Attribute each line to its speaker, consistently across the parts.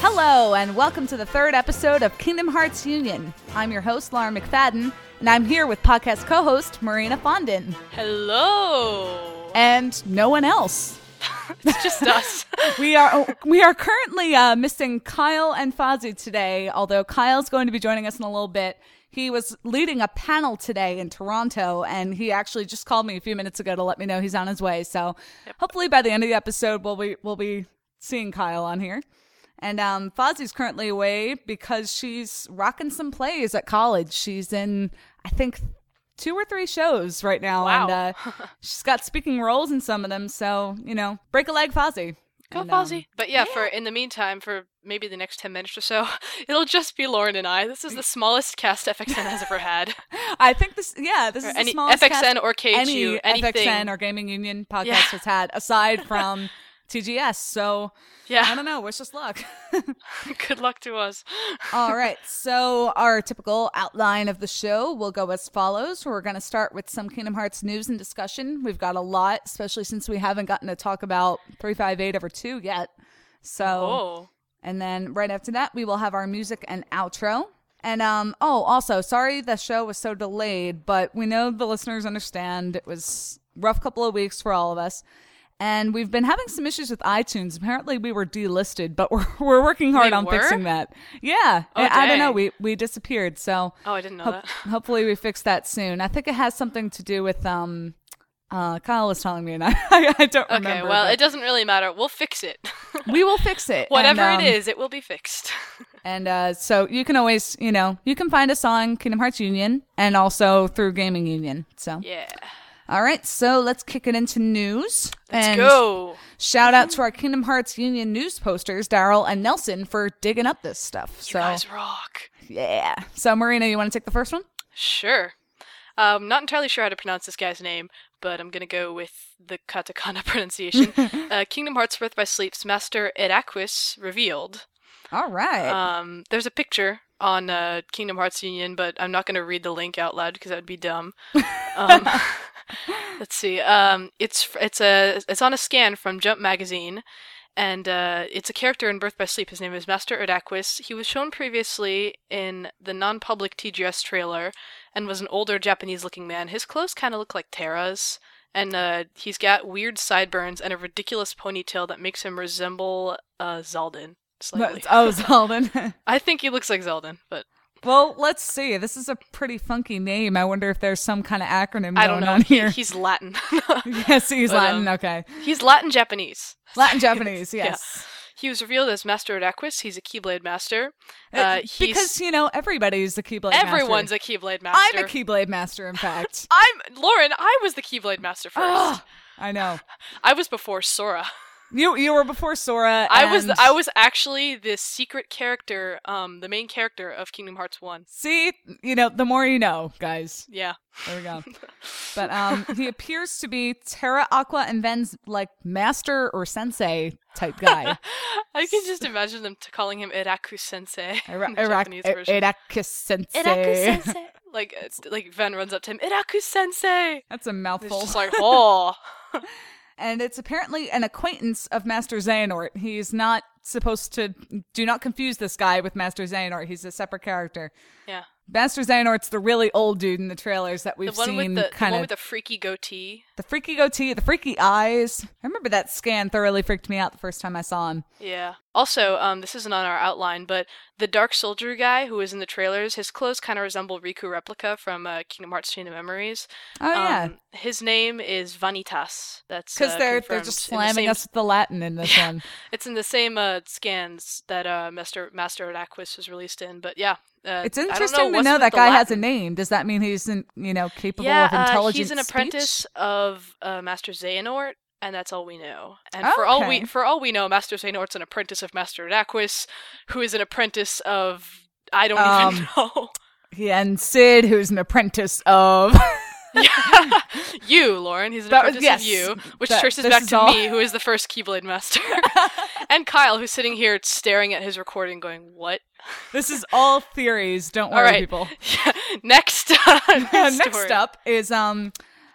Speaker 1: Hello, and welcome to the third episode of Kingdom Hearts Union. I'm your host, Lauren McFadden, and I'm here with podcast co host, Marina Fondin,
Speaker 2: Hello.
Speaker 1: and no one else.
Speaker 2: It's just us.
Speaker 1: We are we are currently uh, missing Kyle and Fozzie today, although Kyle's going to be joining us in a little bit. He was leading a panel today in Toronto, and he actually just called me a few minutes ago to let me know he's on his way. So hopefully by the end of the episode, we'll be we'll be seeing Kyle on here. And um, Fozzie's currently away because she's rocking some plays at college. She's in, I think, two or three shows right now,
Speaker 2: Wow.
Speaker 1: and uh, she's got speaking roles in some of them. So you know, break a leg, Fozzie.
Speaker 2: Go
Speaker 1: And, um,
Speaker 2: Fozzie. But yeah, for in the meantime, for maybe the next ten minutes or so, it'll just be Lauren and I. This is the smallest cast FXN has ever had.
Speaker 1: I think this, yeah, this
Speaker 2: um, Or
Speaker 1: is
Speaker 2: any
Speaker 1: the smallest
Speaker 2: FXN
Speaker 1: cast
Speaker 2: or KHU,
Speaker 1: any
Speaker 2: anything.
Speaker 1: FXN or Gaming Union podcast
Speaker 2: Yeah.
Speaker 1: has had, aside from TGS. So I
Speaker 2: Yeah.
Speaker 1: don't know. Wish us luck.
Speaker 2: Good luck to us.
Speaker 1: All right. So our typical outline of the show will go as follows. We're going to start with some Kingdom Hearts news and discussion. We've got a lot, especially since we haven't gotten to talk about 358 over 2 yet. So
Speaker 2: Oh.
Speaker 1: and then right after that, we will have our music and outro. And um, oh, also, sorry the show was so delayed, but we know the listeners understand. It was rough couple of weeks for all of us. And we've been having some issues with iTunes. Apparently, we were delisted, but we're, we're working hard
Speaker 2: We
Speaker 1: on
Speaker 2: were?
Speaker 1: fixing that. Yeah.
Speaker 2: Oh,
Speaker 1: I, I don't know.
Speaker 2: dang.
Speaker 1: We, we disappeared. So
Speaker 2: Oh, I didn't know
Speaker 1: Hop-
Speaker 2: that.
Speaker 1: hopefully we fix that soon. I think it has something to do with um uh Kyle was telling me and I I, don't
Speaker 2: Okay,
Speaker 1: remember.
Speaker 2: well,
Speaker 1: but
Speaker 2: it doesn't really matter. We'll fix it.
Speaker 1: we will fix it.
Speaker 2: Whatever
Speaker 1: And, um,
Speaker 2: it is, it will be fixed.
Speaker 1: And uh so you can always, you know, you can find us on Kingdom Hearts Union and also through Gaming Union. So
Speaker 2: yeah.
Speaker 1: all right, so let's kick it into news.
Speaker 2: Let's
Speaker 1: and
Speaker 2: go.
Speaker 1: Shout out to our Kingdom Hearts Union news posters, Daryl and Nelson, for digging up this stuff.
Speaker 2: You
Speaker 1: so
Speaker 2: guys rock.
Speaker 1: yeah. So Marina, you want to take the first one?
Speaker 2: Sure. I'm not entirely sure how to pronounce this guy's name, but I'm gonna go with the katakana pronunciation. uh, Kingdom Hearts Birth by Sleep's master Eraquis revealed.
Speaker 1: All right.
Speaker 2: Um, there's a picture on uh, Kingdom Hearts Union, but I'm not gonna read the link out loud because that would be dumb. Um, let's see. Um, it's it's a it's on a scan from Jump magazine. And uh, it's a character in Birth by Sleep. His name is Master Erdaquis. He was shown previously in the non public TGS trailer and was an older Japanese looking man. His clothes kind of look like Tara's, and uh, he's got weird sideburns and a ridiculous ponytail that makes him resemble uh, Zaldin slightly.
Speaker 1: oh, Zeldin.
Speaker 2: I think he looks like Zeldin, but
Speaker 1: Well, let's see. This is a pretty funky name. I wonder if there's some kind of acronym going
Speaker 2: I don't know.
Speaker 1: on
Speaker 2: He-
Speaker 1: here.
Speaker 2: he's Latin.
Speaker 1: yes, he's
Speaker 2: But,
Speaker 1: Latin.
Speaker 2: um,
Speaker 1: okay,
Speaker 2: he's Latin Japanese.
Speaker 1: Latin Japanese.
Speaker 2: Yeah.
Speaker 1: Yes,
Speaker 2: He was revealed as Master Odaquis. He's a Keyblade Master.
Speaker 1: Uh,
Speaker 2: Uh, he's,
Speaker 1: because you know everybody's the Keyblade. Master.
Speaker 2: everyone's a Keyblade Master.
Speaker 1: I'm a Keyblade master. In fact,
Speaker 2: I'm Lauren. I was the Keyblade Master first.
Speaker 1: Ugh, I know
Speaker 2: I was before Sora.
Speaker 1: you. You were before Sora.
Speaker 2: I was
Speaker 1: and-
Speaker 2: I was actually the secret character, um, the main character of Kingdom Hearts One.
Speaker 1: See, you know, the more you know, guys.
Speaker 2: Yeah,
Speaker 1: There we go. But um, he appears to be Terra Aqua and Ven's like master or sensei type guy.
Speaker 2: I can just imagine them t- calling him Iraku Sensei. in
Speaker 1: Ira-
Speaker 2: the
Speaker 1: Ira-
Speaker 2: Japanese version.
Speaker 1: Irakus sensei.
Speaker 2: Sensei. Like it's, like Ven runs up to him, Iraku Sensei.
Speaker 1: That's a
Speaker 2: And
Speaker 1: mouthful.
Speaker 2: It's just like oh,
Speaker 1: and it's apparently an acquaintance of Master Xehanort. He's not supposed to. Do not confuse this guy with Master Xehanort. He's a separate character.
Speaker 2: yeah.
Speaker 1: Master Xehanort's the really old dude in the trailers that
Speaker 2: The
Speaker 1: we've
Speaker 2: one with
Speaker 1: seen.
Speaker 2: the, the
Speaker 1: Kind
Speaker 2: one
Speaker 1: of
Speaker 2: with the freaky goatee.
Speaker 1: the freaky goatee, the freaky eyes. I remember that scan thoroughly freaked me out the first time I saw him.
Speaker 2: Yeah. Also, um, this isn't on our outline, but the Dark Soldier guy who was in the trailers, his clothes kind of resemble Riku replica from uh, Kingdom Hearts: Chain of Memories.
Speaker 1: Oh yeah,
Speaker 2: Um, his name is Vanitas. That's
Speaker 1: because
Speaker 2: uh,
Speaker 1: they're they're just
Speaker 2: confirmed in the
Speaker 1: slamming
Speaker 2: same-
Speaker 1: us with the Latin in this one.
Speaker 2: It's in the same uh, scans that uh, Master Master Adaquis was released in. But yeah, uh,
Speaker 1: It's
Speaker 2: I don't
Speaker 1: interesting to
Speaker 2: what's
Speaker 1: know
Speaker 2: with
Speaker 1: that
Speaker 2: the
Speaker 1: guy has a
Speaker 2: Latin.
Speaker 1: name. Does that mean he's in, you know capable
Speaker 2: Yeah,
Speaker 1: of
Speaker 2: uh,
Speaker 1: intelligent?
Speaker 2: he's an
Speaker 1: speech?
Speaker 2: apprentice of uh, Master Xehanort. And that's all we know. And
Speaker 1: Oh,
Speaker 2: for all
Speaker 1: okay.
Speaker 2: we for all we know, Master Xehanort's an apprentice of Master Adaquis, who is an apprentice of I don't even
Speaker 1: Um,
Speaker 2: know.
Speaker 1: Yeah, and Sid, who's an apprentice of.
Speaker 2: Yeah. you, Lauren. He's an
Speaker 1: That-
Speaker 2: apprentice
Speaker 1: yes.
Speaker 2: of you, which
Speaker 1: That-
Speaker 2: traces
Speaker 1: this
Speaker 2: back
Speaker 1: is
Speaker 2: to
Speaker 1: all-
Speaker 2: me, who is the first Keyblade Master, and Kyle, who's sitting here staring at his recording, going, "What?"
Speaker 1: This is all theories. Don't
Speaker 2: All
Speaker 1: worry,
Speaker 2: right.
Speaker 1: people.
Speaker 2: Next, uh,
Speaker 1: Next
Speaker 2: story.
Speaker 1: up is um,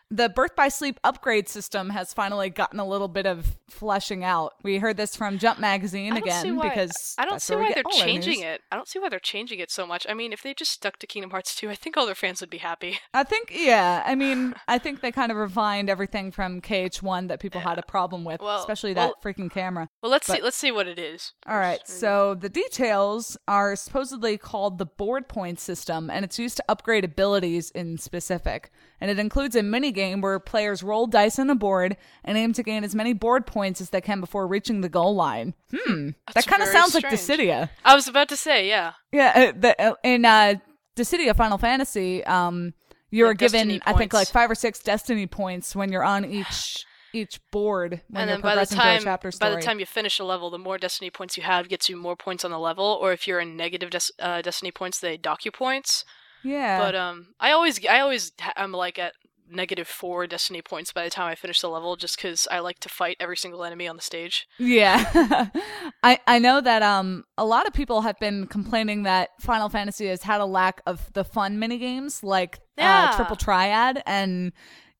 Speaker 1: the birth by sleep upgrade system has finally gotten a little bit of fleshing out. We heard this from Jump Magazine
Speaker 2: I don't see
Speaker 1: again
Speaker 2: why-
Speaker 1: because
Speaker 2: I don't
Speaker 1: that's
Speaker 2: see
Speaker 1: where we
Speaker 2: why
Speaker 1: get
Speaker 2: they're
Speaker 1: all our
Speaker 2: changing
Speaker 1: news.
Speaker 2: it. I don't see why they're changing it so much. I mean, if they just stuck to Kingdom Hearts 2, I think all their fans would be happy.
Speaker 1: I think, yeah. I mean, I think they kind of refined everything from KH1 that people had a problem with,
Speaker 2: Well-
Speaker 1: especially that
Speaker 2: well-
Speaker 1: freaking camera.
Speaker 2: Well, let's see
Speaker 1: But-
Speaker 2: let's see what it is.
Speaker 1: All right, so the details are supposedly called the board point system, and it's used to upgrade abilities in specific. And it includes a mini game where players roll dice on a board and aim to gain as many board points as they can before reaching the goal line. Hmm, that kind of
Speaker 2: very
Speaker 1: sounds like
Speaker 2: strange.
Speaker 1: Dissidia.
Speaker 2: I was about to say, yeah.
Speaker 1: Yeah, uh, the, uh, in uh, Dissidia Final Fantasy, um, you're
Speaker 2: Yeah,
Speaker 1: given
Speaker 2: destiny
Speaker 1: I think
Speaker 2: points.
Speaker 1: like five or six destiny points when you're on each each board when
Speaker 2: and
Speaker 1: you're
Speaker 2: then by the
Speaker 1: progressing
Speaker 2: time
Speaker 1: through a chapter
Speaker 2: by
Speaker 1: story.
Speaker 2: the time you finish a level, the more destiny points you have gets you more points on the level, or if you're in negative des- uh, destiny points, they dock you points.
Speaker 1: yeah,
Speaker 2: But um, I always I always ha- I'm like at negative four destiny points by the time I finish the level, just because I like to fight every single enemy on the stage.
Speaker 1: Yeah. I I know that um a lot of people have been complaining that Final Fantasy has had a lack of the fun mini games like
Speaker 2: Yeah.
Speaker 1: uh, triple triad and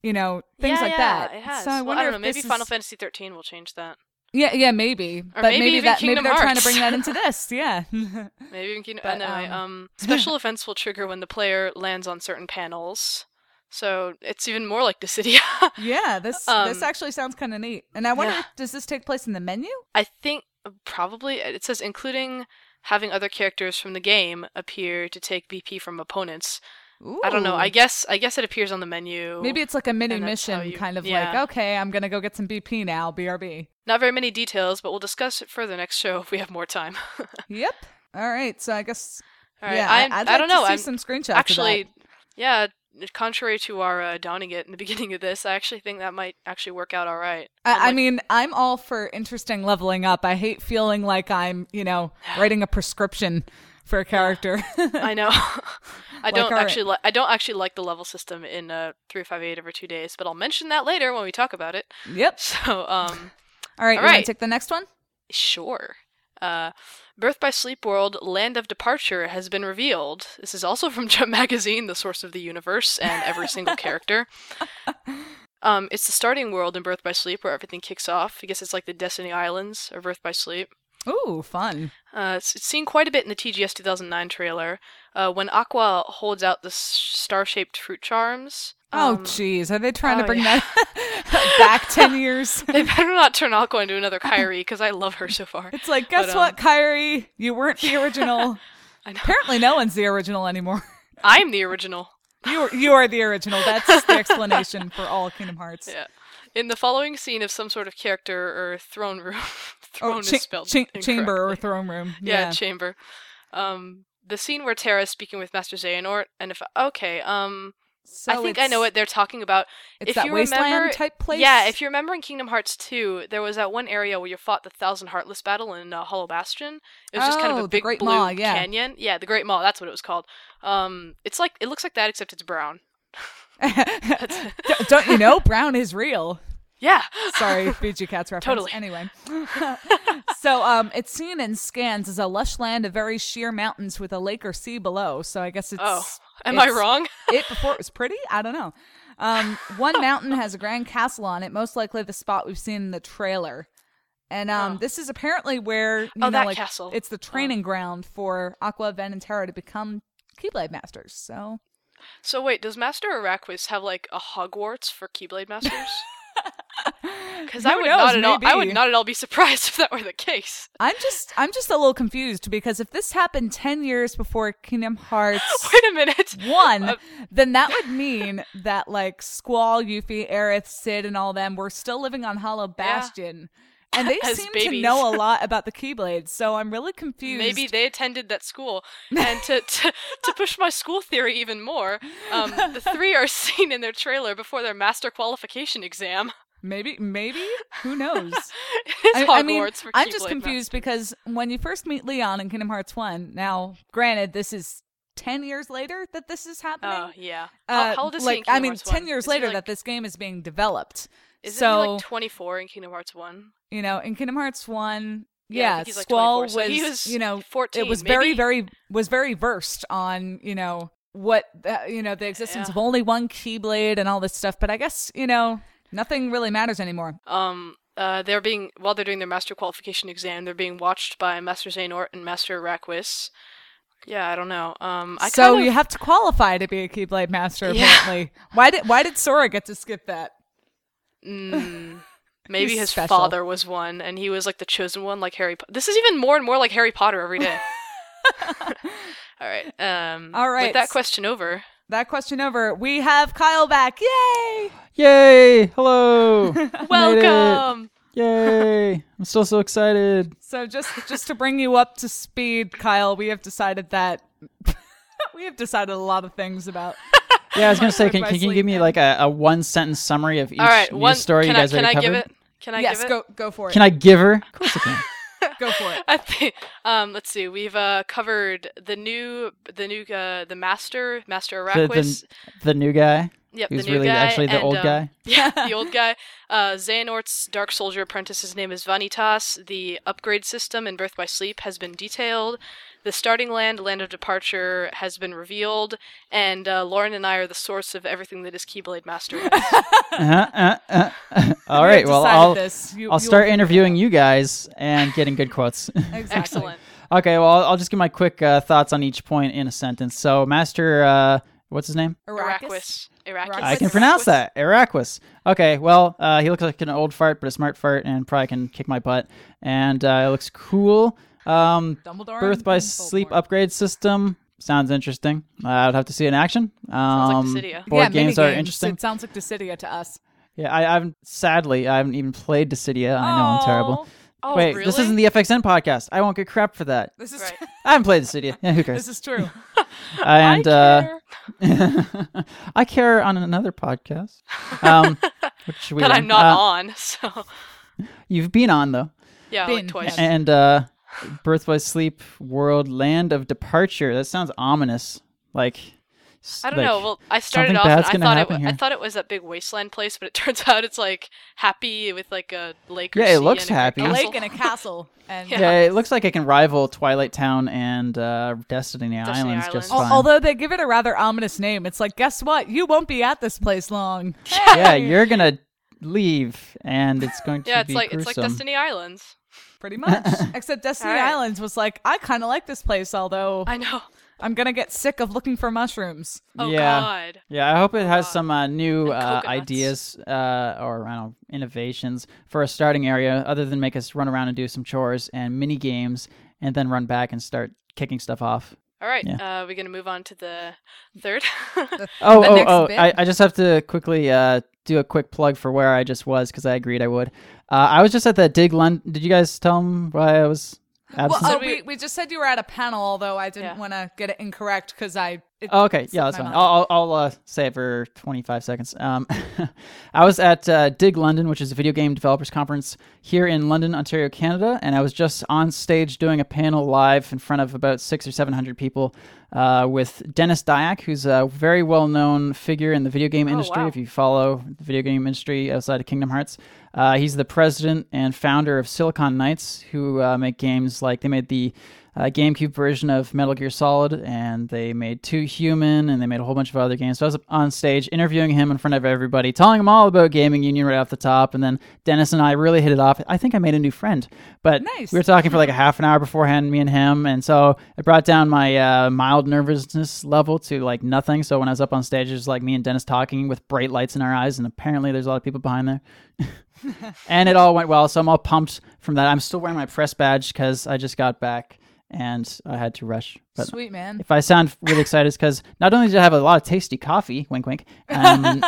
Speaker 1: you know things
Speaker 2: Yeah,
Speaker 1: like
Speaker 2: yeah,
Speaker 1: that.
Speaker 2: It has.
Speaker 1: So I
Speaker 2: well,
Speaker 1: wonder
Speaker 2: I don't know.
Speaker 1: if
Speaker 2: Maybe
Speaker 1: this
Speaker 2: Final
Speaker 1: is-
Speaker 2: Fantasy 13 will change that.
Speaker 1: Yeah, yeah, maybe. but
Speaker 2: maybe
Speaker 1: maybe,
Speaker 2: even
Speaker 1: that
Speaker 2: Kingdom
Speaker 1: maybe they're trying to
Speaker 2: Hearts.
Speaker 1: bring that into this. Yeah.
Speaker 2: Maybe even Kingdom.
Speaker 1: But,
Speaker 2: But, anyway,
Speaker 1: um,
Speaker 2: um, special events will trigger when the player lands on certain panels. So it's even more like Dissidia.
Speaker 1: yeah, this this
Speaker 2: Um,
Speaker 1: actually sounds kind of neat. And I wonder
Speaker 2: yeah.
Speaker 1: if- does this take place in the menu?
Speaker 2: I think uh, probably it says including having other characters from the game appear to take BP from opponents. I don't know.
Speaker 1: Ooh.
Speaker 2: I guess I guess it appears on the menu.
Speaker 1: Maybe it's like a mini
Speaker 2: And that's how
Speaker 1: mission
Speaker 2: you-
Speaker 1: kind of
Speaker 2: yeah.
Speaker 1: like, okay, I'm going to go get some BP now, BRB.
Speaker 2: not very many details, but we'll discuss it further next show if we have more time.
Speaker 1: yep. All right. So I guess
Speaker 2: All right.
Speaker 1: Yeah,
Speaker 2: I'm,
Speaker 1: I, I'd
Speaker 2: I
Speaker 1: like
Speaker 2: don't
Speaker 1: to
Speaker 2: know.
Speaker 1: See
Speaker 2: I'm
Speaker 1: some screenshots. of
Speaker 2: actually,
Speaker 1: that.
Speaker 2: yeah. Contrary to our uh, donning it in the beginning of this, I actually think that might actually work out all right. I'm
Speaker 1: I, I
Speaker 2: like-
Speaker 1: mean, I'm all for interesting leveling up. I hate feeling like I'm, you know, writing a prescription for a character.
Speaker 2: I know. I
Speaker 1: Like
Speaker 2: don't
Speaker 1: our-
Speaker 2: actually li- I don't actually like the level system in uh 358 over 2 days, but I'll mention that later when we talk about it.
Speaker 1: yep.
Speaker 2: So, um
Speaker 1: All right.
Speaker 2: All
Speaker 1: You want
Speaker 2: right.
Speaker 1: to take the next one?
Speaker 2: sure. Uh Birth by Sleep World Land of Departure has been revealed. This is also from Jump Magazine, the source of the universe and every single character. Um, it's the starting world in Birth by Sleep where everything kicks off. I guess it's like the Destiny Islands of Birth by Sleep.
Speaker 1: Ooh, fun.
Speaker 2: Uh, it's, it's seen quite a bit in the TGS 2009 trailer. Uh, when Aqua holds out the s- star-shaped fruit charms.
Speaker 1: oh,
Speaker 2: um,
Speaker 1: jeez. Are they trying to
Speaker 2: oh,
Speaker 1: bring
Speaker 2: yeah.
Speaker 1: that back 10 years?
Speaker 2: they better not turn Aqua into another Kyrie because I love her so far.
Speaker 1: It's like, guess
Speaker 2: But, um,
Speaker 1: what, Kyrie? You weren't the original.
Speaker 2: I know.
Speaker 1: Apparently, no one's the original anymore.
Speaker 2: I'm the original.
Speaker 1: You are, you are the original. That's the explanation for all Kingdom Hearts.
Speaker 2: Yeah. In the following scene of some sort of character or throne room,
Speaker 1: Or
Speaker 2: throne
Speaker 1: Oh, cha-
Speaker 2: is spelled
Speaker 1: cha- chamber or
Speaker 2: incorrectly.
Speaker 1: throne room.
Speaker 2: yeah, chamber. Um, the scene where Terra is speaking with Master Xehanort, and if okay, um,
Speaker 1: So
Speaker 2: I think I
Speaker 1: Oh,
Speaker 2: know
Speaker 1: it's-
Speaker 2: what they're talking about.
Speaker 1: It's
Speaker 2: if
Speaker 1: that
Speaker 2: you
Speaker 1: wasteland
Speaker 2: remember,
Speaker 1: type place.
Speaker 2: Yeah, if you remember in Kingdom Hearts 2, there was that one area where you fought the Thousand Heartless battle in uh, Hollow Bastion. It was just kind of
Speaker 1: Oh, the
Speaker 2: a big
Speaker 1: Great
Speaker 2: blue
Speaker 1: Maw, yeah.
Speaker 2: canyon. Yeah, the Great Maw, that's what it was called. Um, it's like it looks like that except it's brown.
Speaker 1: D- don't you know brown is real?
Speaker 2: Yeah.
Speaker 1: Sorry, Fiji Cats reference.
Speaker 2: Totally.
Speaker 1: Anyway, so um, it's seen in scans as a lush land of very sheer mountains with a lake or sea below. So I guess it's
Speaker 2: Oh, am I
Speaker 1: it's-
Speaker 2: wrong?
Speaker 1: it before it was pretty. I don't know. Um, one mountain has a grand castle on it, most likely the spot we've seen in the trailer. And um,
Speaker 2: Oh.
Speaker 1: this is apparently where you
Speaker 2: Oh,
Speaker 1: know,
Speaker 2: that
Speaker 1: like,
Speaker 2: castle.
Speaker 1: It's the training ground for Aqua, Ven, and Terra to become Keyblade masters. So
Speaker 2: So wait, does Master Araquis have like a Hogwarts for Keyblade Masters? Because I
Speaker 1: Who
Speaker 2: would
Speaker 1: knows,
Speaker 2: not at all. I
Speaker 1: maybe.
Speaker 2: would not at all be surprised if that were the case.
Speaker 1: I'm just I'm just a little confused because if this happened ten years before Kingdom Hearts
Speaker 2: Wait a minute.
Speaker 1: one,
Speaker 2: Uh,
Speaker 1: then that would mean that like Squall, Yuffie, Aerith, Sid, and all them were still living on Hollow Bastion. And they
Speaker 2: As
Speaker 1: seem to
Speaker 2: babies.
Speaker 1: know a lot about the Keyblades, so I'm really confused.
Speaker 2: Maybe they attended that school. And to, to, to push my school theory even more, um, the three are seen in their trailer before their master qualification exam.
Speaker 1: maybe, maybe, who knows?
Speaker 2: It's Hogwarts
Speaker 1: I, I mean,
Speaker 2: for
Speaker 1: I'm just
Speaker 2: Keyblade
Speaker 1: confused
Speaker 2: Masters.
Speaker 1: because when you first meet Leon in Kingdom Hearts One, now granted, this is ten years later that this is happening.
Speaker 2: Oh, yeah.
Speaker 1: Uh,
Speaker 2: How, how old is he in
Speaker 1: like, I
Speaker 2: Kingdom
Speaker 1: mean,
Speaker 2: Hearts 1?
Speaker 1: ten years
Speaker 2: Is he,
Speaker 1: later
Speaker 2: like-
Speaker 1: that this game is being developed.
Speaker 2: Isn't
Speaker 1: so
Speaker 2: he like 24 in Kingdom Hearts 1?
Speaker 1: you know, in Kingdom Hearts one,
Speaker 2: Yeah, I
Speaker 1: yeah,
Speaker 2: think he's like
Speaker 1: Squall
Speaker 2: 24, so he
Speaker 1: was,
Speaker 2: was
Speaker 1: you know,
Speaker 2: 14,
Speaker 1: It was very,
Speaker 2: maybe.
Speaker 1: very was very versed on you know what the, you know the existence
Speaker 2: Yeah.
Speaker 1: of only one Keyblade and all this stuff. But I guess you know nothing really matters anymore.
Speaker 2: Um, uh, they're being while they're doing their master qualification exam, they're being watched by Master Xehanort and Master Raquis. Yeah, I don't know. Um, I
Speaker 1: so
Speaker 2: kind of,
Speaker 1: you have to qualify to be a Keyblade Master.
Speaker 2: Yeah.
Speaker 1: Apparently, why did why did Sora get to skip that?
Speaker 2: Mm, maybe
Speaker 1: He's
Speaker 2: his
Speaker 1: special.
Speaker 2: father was one, and he was like the chosen one, like Harry. Po- this is even more and more like Harry Potter every day. All right. Um,
Speaker 1: All right.
Speaker 2: With that question over,
Speaker 1: That question over. We have Kyle back. Yay!
Speaker 3: Yay! Hello. Made it.
Speaker 2: welcome.
Speaker 3: Yay! I'm still so excited.
Speaker 1: So just just to bring you up to speed, Kyle, we have decided that we have decided a lot of things about.
Speaker 3: Yeah, I was gonna say, can,
Speaker 1: By
Speaker 3: can you give me
Speaker 1: sleeping.
Speaker 3: like a, a one sentence summary of each
Speaker 2: All right.
Speaker 3: news
Speaker 2: One
Speaker 3: story
Speaker 2: Can
Speaker 3: you guys
Speaker 2: I, can I
Speaker 3: already
Speaker 2: give
Speaker 3: covered?
Speaker 2: it? Can I
Speaker 1: yes,
Speaker 2: give it?
Speaker 1: go go for it.
Speaker 3: Can I give her? Of course I can.
Speaker 1: go for it?
Speaker 2: I think um let's see we've uh covered the new the new uh the master master
Speaker 3: the,
Speaker 2: Arrakis
Speaker 3: the, the new guy.
Speaker 2: yep
Speaker 3: who's
Speaker 2: the new
Speaker 3: really
Speaker 2: guy
Speaker 3: actually the
Speaker 2: and,
Speaker 3: old
Speaker 2: um,
Speaker 3: guy.
Speaker 2: yeah the old guy uh Xehanort's dark soldier apprentice his name is Vanitas the upgrade system in Birth by Sleep has been detailed the starting land land of departure has been revealed and uh, Lauren and I are the source of everything that is Keyblade Master is.
Speaker 3: Uh, uh, uh. All
Speaker 1: We have
Speaker 3: right. Well,
Speaker 1: decided
Speaker 3: I'll
Speaker 1: this. You-
Speaker 3: I'll
Speaker 1: you
Speaker 3: start
Speaker 1: will-
Speaker 3: interviewing you guys and getting good quotes.
Speaker 1: Exactly.
Speaker 2: excellent
Speaker 3: okay. Well, I'll, I'll just give my quick uh, thoughts on each point in a sentence. So, Master, uh, what's his name?
Speaker 2: Arrakis Arrakis
Speaker 1: Arrakis.
Speaker 3: I can
Speaker 1: Arrakis.
Speaker 3: pronounce that. Araquis. Okay, well, uh, he looks like an old fart, but a smart fart, and probably can kick my butt. And uh, it looks cool. Um,
Speaker 1: Dumbledore.
Speaker 3: Birth
Speaker 1: and
Speaker 3: by
Speaker 1: Dumbledore.
Speaker 3: Sleep upgrade system sounds interesting. Uh, I'd have to see it in action. Um,
Speaker 2: Dissidia.
Speaker 3: board
Speaker 1: yeah,
Speaker 3: games are
Speaker 1: minigames.
Speaker 3: interesting.
Speaker 1: It sounds like Dissidia to us.
Speaker 3: yeah, I, I haven't. Sadly, I haven't even played Dissidia. I know I'm terrible.
Speaker 2: oh
Speaker 3: Wait,
Speaker 2: really
Speaker 3: this isn't the FXN podcast. I won't get crap for that.
Speaker 1: This is
Speaker 2: Right.
Speaker 3: I haven't played Dissidia. Yeah, who
Speaker 1: this
Speaker 3: cares?
Speaker 1: is true.
Speaker 3: And
Speaker 2: I
Speaker 3: uh,
Speaker 2: care
Speaker 3: I care on another podcast, um, which we
Speaker 2: that I'm not
Speaker 3: uh,
Speaker 2: on so
Speaker 3: You've been on though.
Speaker 2: yeah
Speaker 1: Been,
Speaker 2: like twice
Speaker 1: yeah.
Speaker 3: and uh birth by sleep world land of departure that sounds ominous like s-
Speaker 2: I don't
Speaker 3: like-
Speaker 2: know. Well, I started
Speaker 3: something
Speaker 2: off and
Speaker 3: bad's
Speaker 2: I
Speaker 3: gonna
Speaker 2: thought it
Speaker 3: happen
Speaker 2: w- I
Speaker 3: here.
Speaker 2: thought it was that big wasteland place, but it turns out it's like happy with like a lake. Or
Speaker 3: Yeah, it
Speaker 2: sea
Speaker 3: looks
Speaker 2: and a
Speaker 3: happy.
Speaker 1: A
Speaker 2: castle.
Speaker 1: lake and a castle. And
Speaker 2: Yeah.
Speaker 3: yeah it looks like it can rival twilight town and uh destiny,
Speaker 2: Destiny
Speaker 3: islands just
Speaker 2: Island.
Speaker 1: Al-
Speaker 3: fine
Speaker 1: although they give it a rather ominous name, it's like, guess what? You won't be at this place long.
Speaker 3: yeah you're gonna leave and it's going to
Speaker 2: yeah, it's
Speaker 3: be
Speaker 2: like it's
Speaker 3: gruesome.
Speaker 2: like Destiny Islands.
Speaker 1: Pretty much. Except Destiny
Speaker 2: All right.
Speaker 1: Islands was like, I kind of like this place, although
Speaker 2: I know.
Speaker 1: I'm going to get sick of looking for mushrooms.
Speaker 2: Oh
Speaker 3: Yeah.
Speaker 2: God.
Speaker 3: yeah i hope it has
Speaker 2: God.
Speaker 3: some uh, new
Speaker 2: And
Speaker 3: uh,
Speaker 2: coconuts.
Speaker 3: ideas uh or i don't know innovations for a starting area other than make us run around and do some chores and mini games and then run back and start kicking stuff off
Speaker 2: All right. Uh, we're gonna move on to the third.
Speaker 3: Oh,
Speaker 1: the
Speaker 3: oh,
Speaker 1: next
Speaker 3: oh!
Speaker 1: bit?
Speaker 3: I, I just have to quickly uh, do a quick plug for where I just was because I agreed I would. Uh, I was just at the Dig London. Did you guys tell them why I was absent?
Speaker 1: Well, uh,
Speaker 2: So
Speaker 1: we,
Speaker 2: we-
Speaker 1: we just said you were at a panel, although I didn't
Speaker 2: Yeah.
Speaker 1: want to get it incorrect because I. It,
Speaker 3: Oh, okay,
Speaker 1: slipped
Speaker 3: yeah, that's
Speaker 1: my
Speaker 3: fine.
Speaker 1: mind.
Speaker 3: I'll, I'll, I'll uh, say it for 25 seconds. Um, I was at uh, Dig London, which is a video game developers conference here in London, Ontario, Canada, and I was just on stage doing a panel live in front of about six or 700 people uh, with Dennis Dyack, who's a very well known figure in the video
Speaker 1: Oh,
Speaker 3: game industry.
Speaker 2: wow.
Speaker 3: If you follow the video game industry outside of Kingdom Hearts, uh, he's the president and founder of Silicon Knights, who uh, make games like they made the uh, GameCube version of Metal Gear Solid, and they made Two Human, and they made a whole bunch of other games. So I was up on stage interviewing him in front of everybody, telling him all about gaming union right off the top, and then Dennis and I really hit it off. I think I made a new friend, but
Speaker 1: Nice.
Speaker 3: we were talking for like a half an hour beforehand, me and him, and so it brought down my uh, mild nervousness level to like nothing. So when I was up on stage, it was like me and Dennis talking with bright lights in our eyes, and apparently there's a lot of people behind there and it all went well. So I'm all pumped from that. I'm still wearing my press badge because I just got back and I had to rush. But
Speaker 1: Sweet, man.
Speaker 3: if I sound really excited, it's because not only did I have a lot of tasty coffee, wink, wink. Um,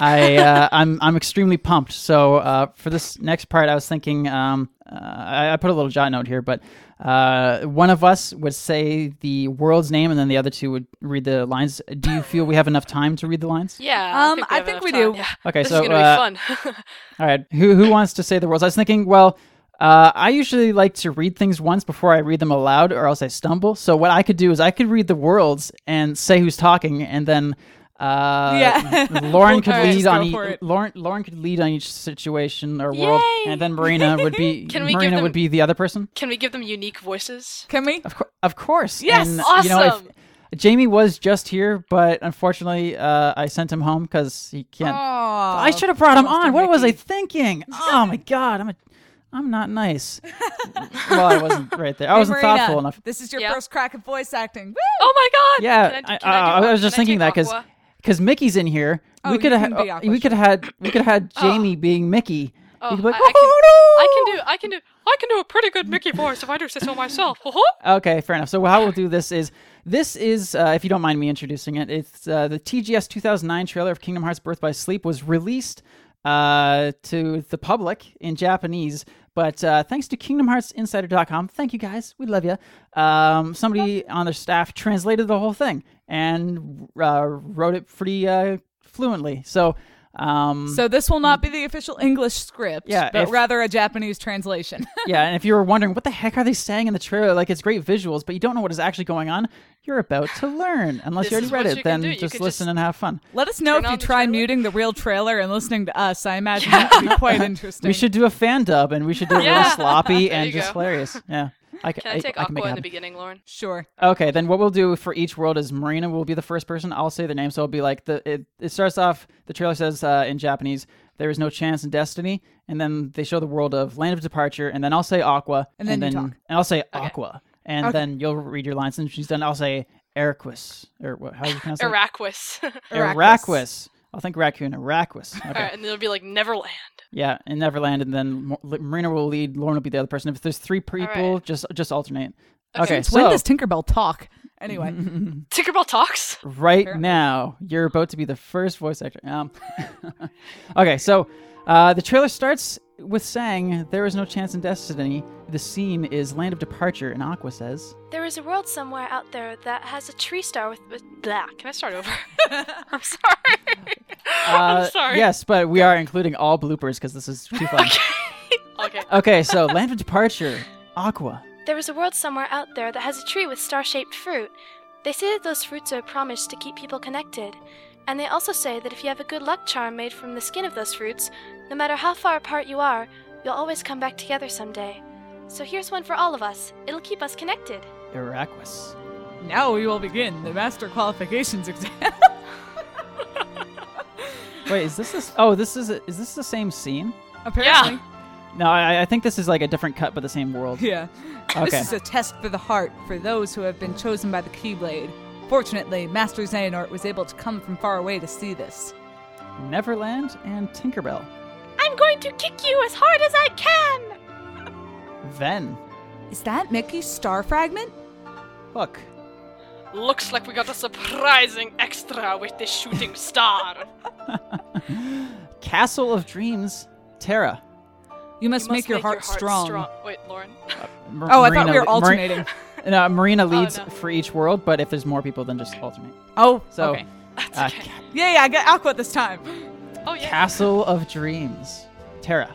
Speaker 3: I uh, I'm I'm extremely pumped. So uh, for this next part, I was thinking um, uh, I, I put a little jot note here, but uh, one of us would say the world's name, and then the other two would read the lines. Do you feel we have enough time to read the lines?
Speaker 2: Yeah.
Speaker 1: Um, I
Speaker 2: have
Speaker 1: think
Speaker 2: enough
Speaker 1: we
Speaker 2: time.
Speaker 1: do.
Speaker 2: Yeah.
Speaker 3: Okay,
Speaker 2: this
Speaker 3: so,
Speaker 2: is gonna
Speaker 3: uh,
Speaker 2: be fun.
Speaker 3: All right. Who who wants to say the words? I was thinking, well, uh, I usually like to read things once before I read them aloud, or else I stumble. So what I could do is I could read the worlds and say who's talking, and then uh,
Speaker 1: Yeah.
Speaker 3: Lauren could
Speaker 1: All right,
Speaker 3: lead
Speaker 1: just
Speaker 3: on
Speaker 1: go
Speaker 3: each
Speaker 1: for it.
Speaker 3: Lauren Lauren could lead on each situation or world,
Speaker 2: Yay!
Speaker 3: and then Marina would be
Speaker 2: Can we give
Speaker 3: Marina would
Speaker 2: them-
Speaker 3: be the other person.
Speaker 2: Can we give them unique voices?
Speaker 1: Can we?
Speaker 3: Of, cour- of course.
Speaker 1: Yes,
Speaker 3: And, You know, if-
Speaker 2: awesome.
Speaker 3: Jamie was just here, but unfortunately, uh, I sent him home because he can't. I should have brought him on. What was I thinking? Oh my god, I'm a, I'm not nice. well, I wasn't right there. I wasn't thoughtful enough.
Speaker 1: This is your
Speaker 2: Yeah.
Speaker 1: first crack at voice acting. Woo!
Speaker 2: Oh my god!
Speaker 3: Yeah,
Speaker 2: Can I,
Speaker 3: I,
Speaker 2: do- can I
Speaker 3: uh,
Speaker 2: do
Speaker 3: I
Speaker 2: aqua?
Speaker 3: was just
Speaker 2: Can I
Speaker 3: thinking that
Speaker 2: take
Speaker 3: because
Speaker 2: aqua?
Speaker 3: because Mickey's in here,
Speaker 1: Oh,
Speaker 3: we
Speaker 1: you
Speaker 3: could have
Speaker 1: can be Aqua,
Speaker 3: we could have had we could have had Jamie being Mickey.
Speaker 2: Oh,
Speaker 3: You could be
Speaker 2: I-
Speaker 3: like,
Speaker 2: I can-
Speaker 3: "Oh,
Speaker 2: I
Speaker 3: no!"
Speaker 2: can do. I can do. I can do a pretty good Mickey voice if I do say so myself. Ho-ho.
Speaker 3: Okay, fair enough. So how we'll do this is this is uh, if you don't mind me introducing it, it's uh, the TGS 2009 trailer of Kingdom Hearts: Birth by Sleep was released uh, to the public in Japanese. But uh, thanks to KingdomHeartsInsider.com, thank you guys, we love you. Um, somebody on their staff translated the whole thing and uh, wrote it pretty uh, fluently. So, um,
Speaker 1: So this will not be the official English script,
Speaker 3: Yeah,
Speaker 1: but
Speaker 3: if-
Speaker 1: rather a Japanese translation.
Speaker 3: yeah, and if you were wondering what the heck are they saying in the trailer, like it's great visuals, but you don't know what is actually going on, you're about to learn.
Speaker 2: This
Speaker 3: Unless you already
Speaker 2: is
Speaker 3: read
Speaker 2: what
Speaker 3: it,
Speaker 2: you can
Speaker 3: then
Speaker 2: do. You
Speaker 3: just
Speaker 2: could
Speaker 3: listen
Speaker 2: just-
Speaker 3: and have fun.
Speaker 1: Let us know
Speaker 2: Turn
Speaker 1: if you
Speaker 2: on the
Speaker 1: try
Speaker 2: trailer?
Speaker 1: muting the real trailer and listening to us. I imagine that would be quite interesting.
Speaker 3: We should do a fan dub, and we should do it
Speaker 2: Yeah.
Speaker 3: really sloppy
Speaker 2: There
Speaker 3: and
Speaker 2: you
Speaker 3: just
Speaker 2: go.
Speaker 3: hilarious. Yeah, ca-
Speaker 2: Can I take
Speaker 3: I can
Speaker 2: aqua in
Speaker 3: make it
Speaker 2: the
Speaker 3: happen.
Speaker 2: beginning, Lauren?
Speaker 1: Sure.
Speaker 3: Okay, then what we'll do for each world is Marina will be the first person. I'll say the name, so it'll be like the it, it starts off. The trailer says uh, in Japanese, "There is no chance in destiny," and then they show the world of Land of Departure, and then I'll say Aqua,
Speaker 1: And then you talk.
Speaker 3: and I'll say Aqua, and then you'll read your lines, and she's done. I'll say Eriquis or what, how do you pronounce it?
Speaker 2: Araquis. All
Speaker 1: Arrakis.
Speaker 3: Araquis. I'll think raccoon. Araquis. Okay.
Speaker 2: right, and it'll be like Neverland.
Speaker 3: Yeah, in Neverland, and then Mo- Li- Marina will lead. Lauren will be the other person. If there's three people,
Speaker 2: right.
Speaker 3: just just alternate. Okay,
Speaker 1: Since
Speaker 3: so
Speaker 1: when does Tinkerbell talk? Anyway,
Speaker 2: Tinkerbell talks.
Speaker 3: right now you're about to be the first voice actor. Um, okay, so uh, the trailer starts with saying there is no chance in destiny. The scene is land of departure, and Aqua says,
Speaker 4: There is a world somewhere out there that has a tree star with, with black.
Speaker 2: Can I start over? I'm sorry.
Speaker 3: uh,
Speaker 2: sorry.
Speaker 3: Yes, but we are including all bloopers because this is too fun.
Speaker 2: Okay.
Speaker 3: okay, so land of departure, Aqua.
Speaker 4: There is a world somewhere out there that has a tree with star shaped fruit. They say that those fruits are promised to keep people connected. And they also say that if you have a good luck charm made from the skin of those fruits, no matter how far apart you are, you'll always come back together someday. So here's one for all of us. It'll keep us connected.
Speaker 3: Araquis.
Speaker 1: now we will begin the Master Qualifications exam.
Speaker 3: Wait, is this this? Oh, this is is this the same scene?
Speaker 1: Apparently,
Speaker 3: No, I, I think this is like a different cut, but the same world.
Speaker 1: yeah.
Speaker 3: Okay.
Speaker 1: This is a test for the heart for those who have been chosen by the Keyblade. Fortunately, Master Xehanort was able to come from far away to see this.
Speaker 3: Neverland and Tinkerbell.
Speaker 4: I'm going to kick you as hard as I can!
Speaker 3: Then,
Speaker 1: Is that Mickey's star fragment?
Speaker 3: look.
Speaker 2: Looks like we got a surprising extra with the shooting star.
Speaker 3: Castle of Dreams, Terra.
Speaker 1: You must,
Speaker 2: You
Speaker 1: make, your, heart, strong.
Speaker 2: Wait, Lauren.
Speaker 3: Mar-
Speaker 1: Oh, I thought we were
Speaker 3: Mar-
Speaker 1: alternating.
Speaker 3: no, Marina leads
Speaker 2: no.
Speaker 3: for each world, but if there's more people, then just alternate.
Speaker 1: oh,
Speaker 3: So,
Speaker 1: okay.
Speaker 3: uh, Ca-
Speaker 1: Yeah, yeah, I got Aqua this time.
Speaker 2: Oh yeah.
Speaker 3: Castle of Dreams, Terra.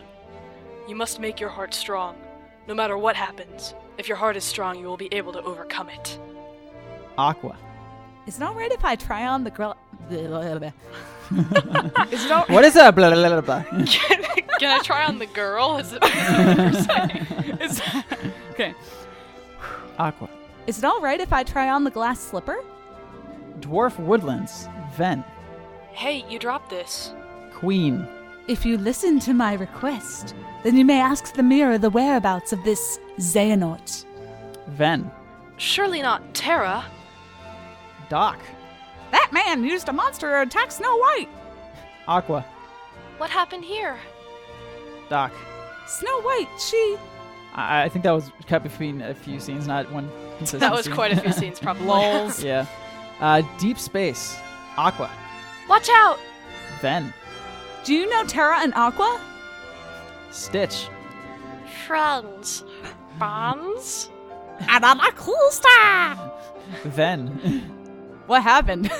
Speaker 2: You must make your heart strong, no matter what happens. If your heart is strong, you will be able to overcome it.
Speaker 3: Aqua.
Speaker 1: Is it alright if I try on the girl? is it all-
Speaker 3: What is that? Blah, blah, blah, blah, blah.
Speaker 2: Can I try on the girl? Is it?
Speaker 1: is- okay.
Speaker 3: Aqua.
Speaker 1: Is it all right if I try on the glass slipper?
Speaker 3: Dwarf Woodlands, Ven.
Speaker 2: hey, you dropped this.
Speaker 3: Queen.
Speaker 1: If you listen to my request, then you may ask the mirror the whereabouts of this Xehanort.
Speaker 3: Ven.
Speaker 2: Surely not Terra.
Speaker 3: Doc.
Speaker 1: That man used a monster to attack Snow White.
Speaker 3: Aqua.
Speaker 4: What happened here?
Speaker 3: Doc.
Speaker 1: Snow White, she.
Speaker 3: I, I think that was cut between a few scenes, not one consistent
Speaker 2: That was
Speaker 3: scene.
Speaker 2: quite a few scenes, probably.
Speaker 3: yeah. Uh, deep Space, Aqua.
Speaker 4: Watch out!
Speaker 3: Ven.
Speaker 1: Do you know Terra and Aqua?
Speaker 3: Stitch.
Speaker 4: Friends.
Speaker 2: Bonds?
Speaker 1: And I'm a cool star.
Speaker 3: Ven.
Speaker 1: What happened?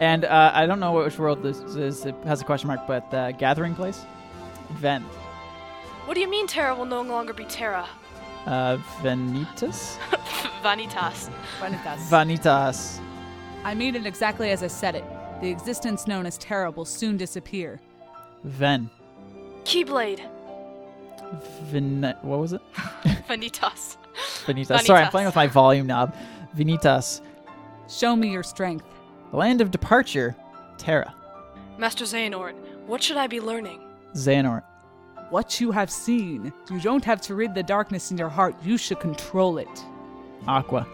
Speaker 3: and uh, I don't know which world this is. It has a question mark, but uh, Gathering Place? Ven.
Speaker 2: What do you mean Terra will no longer be Terra?
Speaker 3: Uh, Venitas?
Speaker 2: Vanitas.
Speaker 3: Vanitas.
Speaker 1: I mean it exactly as I said it. The existence known as Terra will soon disappear.
Speaker 3: Ven.
Speaker 4: Keyblade.
Speaker 3: Ven. What was it?
Speaker 2: Vanitas.
Speaker 3: Venitas. Sorry, I'm
Speaker 2: Vanitas.
Speaker 3: playing with my volume knob. Venitas,
Speaker 1: Show me your strength.
Speaker 3: the land of departure, Terra,
Speaker 2: Master Xehanort, what should I be learning?
Speaker 3: Xehanort.
Speaker 1: What you have seen. You don't have to rid the darkness in your heart. You should control it.
Speaker 3: Aqua,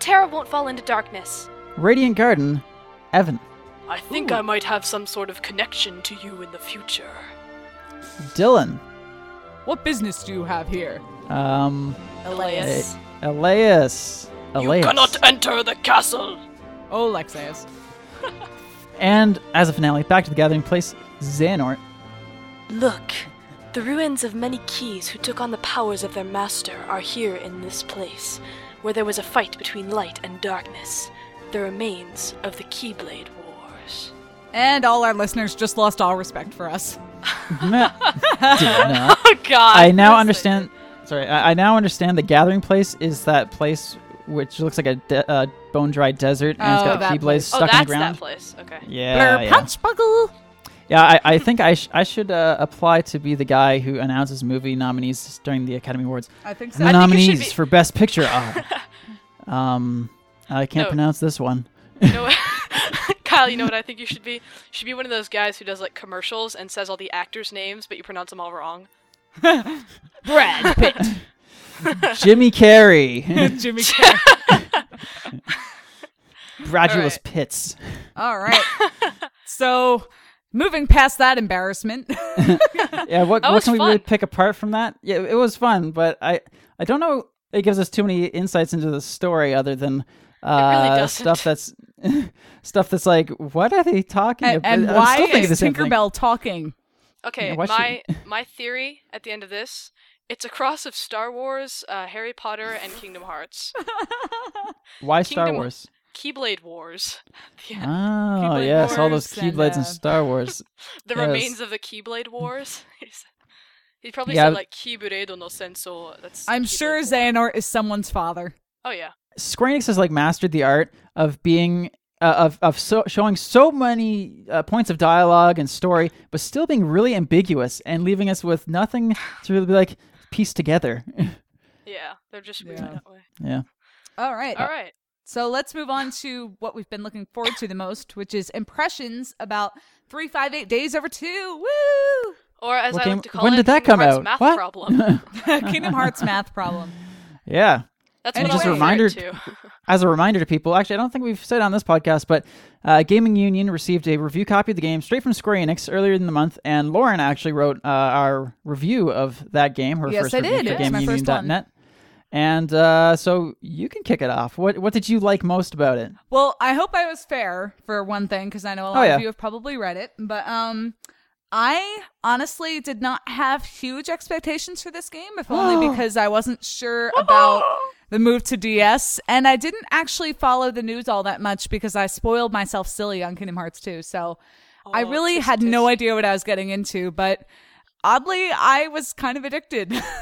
Speaker 4: Terra won't fall into darkness.
Speaker 3: Radiant Garden, Evan,
Speaker 2: I think I might have some sort of connection to you in the future.
Speaker 3: Dylan,
Speaker 1: What business do you have here?
Speaker 3: um,
Speaker 2: Elias.
Speaker 3: Elias, Elias.
Speaker 2: You cannot enter the castle!
Speaker 1: Oh, Lexeus.
Speaker 3: And as a finale, back to the gathering place, Xehanort.
Speaker 4: Look.
Speaker 2: The ruins of many keys who took on the powers of their master are here in this place, where there was a fight between light and darkness, the remains of the Keyblade Wars.
Speaker 1: And all our listeners just lost all respect for us.
Speaker 3: Dina.
Speaker 2: Oh god!
Speaker 3: I now understand. Sorry, I, I now understand the gathering place is that place which looks like a de- uh, bone dry desert and
Speaker 1: Oh,
Speaker 3: it's got
Speaker 1: that
Speaker 3: keyblades
Speaker 1: place.
Speaker 2: Oh,
Speaker 3: stuck
Speaker 2: that's
Speaker 3: in the ground.
Speaker 2: that place. Okay.
Speaker 3: Yeah,
Speaker 1: Blur,
Speaker 3: yeah.
Speaker 1: punch, buckle.
Speaker 3: yeah I, I think I, sh- I should uh, apply to be the guy who announces movie nominees during the Academy Awards.
Speaker 1: I think so.
Speaker 3: And the
Speaker 2: I think it should
Speaker 3: nominees
Speaker 2: be-
Speaker 3: for Best Picture are. um, I can't
Speaker 2: No.
Speaker 3: pronounce this one.
Speaker 2: You know what- Kyle, you know what I think you should be? You should be one of those guys who does like commercials and says all the actors' names, but you pronounce them all wrong.
Speaker 1: Brad Pitt.
Speaker 3: Jimmy Carrey,
Speaker 1: Jimmy Carrey.
Speaker 3: Bradulous
Speaker 2: Alright.
Speaker 3: Pitts.
Speaker 1: All right. So, moving past that embarrassment,
Speaker 3: Yeah, what,
Speaker 2: That
Speaker 3: what
Speaker 2: was
Speaker 3: can we really
Speaker 2: fun.
Speaker 3: pick apart from that? Yeah, it was fun, but I I don't know. It gives us too many insights into the story, other than uh,
Speaker 2: doesn't.
Speaker 3: stuff that's stuff that's like, what are they talking
Speaker 1: and,
Speaker 3: about?
Speaker 1: and
Speaker 3: I'm
Speaker 1: why
Speaker 3: still thinking
Speaker 1: is
Speaker 3: the same thing.
Speaker 1: Tinkerbell talking?
Speaker 2: Okay,
Speaker 3: Yeah, why should-
Speaker 2: my my theory at the end of this, it's a cross of Star Wars, uh, Harry Potter, and Kingdom Hearts.
Speaker 3: Why Star
Speaker 2: Kingdom-
Speaker 3: Wars?
Speaker 2: Keyblade Wars.
Speaker 3: Oh
Speaker 2: Yeah.
Speaker 3: yes, all those
Speaker 1: Wars and,
Speaker 3: keyblades and,
Speaker 1: uh,
Speaker 3: Star Wars.
Speaker 2: The
Speaker 3: Yes.
Speaker 2: remains of the Keyblade Wars. he probably
Speaker 3: Yeah.
Speaker 2: said like Keyblade no senso. That's
Speaker 1: I'm
Speaker 2: Keyblade
Speaker 1: sure
Speaker 2: War.
Speaker 1: Xehanort is someone's father.
Speaker 2: Oh yeah.
Speaker 3: Square Enix has like mastered the art of being uh, of of so, showing so many uh, points of dialogue and story, but still being really ambiguous and leaving us with nothing to really be like pieced together.
Speaker 2: Yeah. They're just weird
Speaker 1: Yeah.
Speaker 2: that way.
Speaker 3: yeah. Uh,
Speaker 1: All right.
Speaker 2: All right.
Speaker 1: So let's move on to what we've been looking forward to the most, which is impressions about 358 days over 2. Woo!
Speaker 2: Or as
Speaker 3: What
Speaker 2: I
Speaker 3: game-
Speaker 2: like to call
Speaker 3: when
Speaker 2: it,
Speaker 3: did that
Speaker 2: Kingdom
Speaker 3: come
Speaker 2: Hearts
Speaker 3: out?
Speaker 2: Math
Speaker 3: What?
Speaker 2: problem.
Speaker 1: Kingdom Hearts math problem.
Speaker 3: Yeah.
Speaker 2: That's
Speaker 1: And
Speaker 2: what
Speaker 1: just
Speaker 2: I
Speaker 1: a
Speaker 2: referred
Speaker 3: reminder-
Speaker 2: to.
Speaker 3: As a reminder to people, actually, I don't think we've said on this podcast, but uh, Gaming Union received a review copy of the game straight from Square Enix earlier in the month, and Lauren actually wrote uh, our review of that game, her
Speaker 1: Yes,
Speaker 3: first
Speaker 1: I
Speaker 3: review
Speaker 1: did.
Speaker 3: for
Speaker 1: It was my first one.
Speaker 3: GamingUnion.net. And uh, so you can kick it off. What what did you like most about it?
Speaker 1: Well, I hope I was fair for one thing because I know a lot
Speaker 3: Oh, yeah.
Speaker 1: of you have probably read it, but um I honestly did not have huge expectations for this game if only because I wasn't sure about the move to DS and I didn't actually follow the news all that much because I spoiled myself silly on Kingdom Hearts 2. So I
Speaker 3: Oh,
Speaker 1: really had no idea what I was getting into, but oddly I was kind of addicted.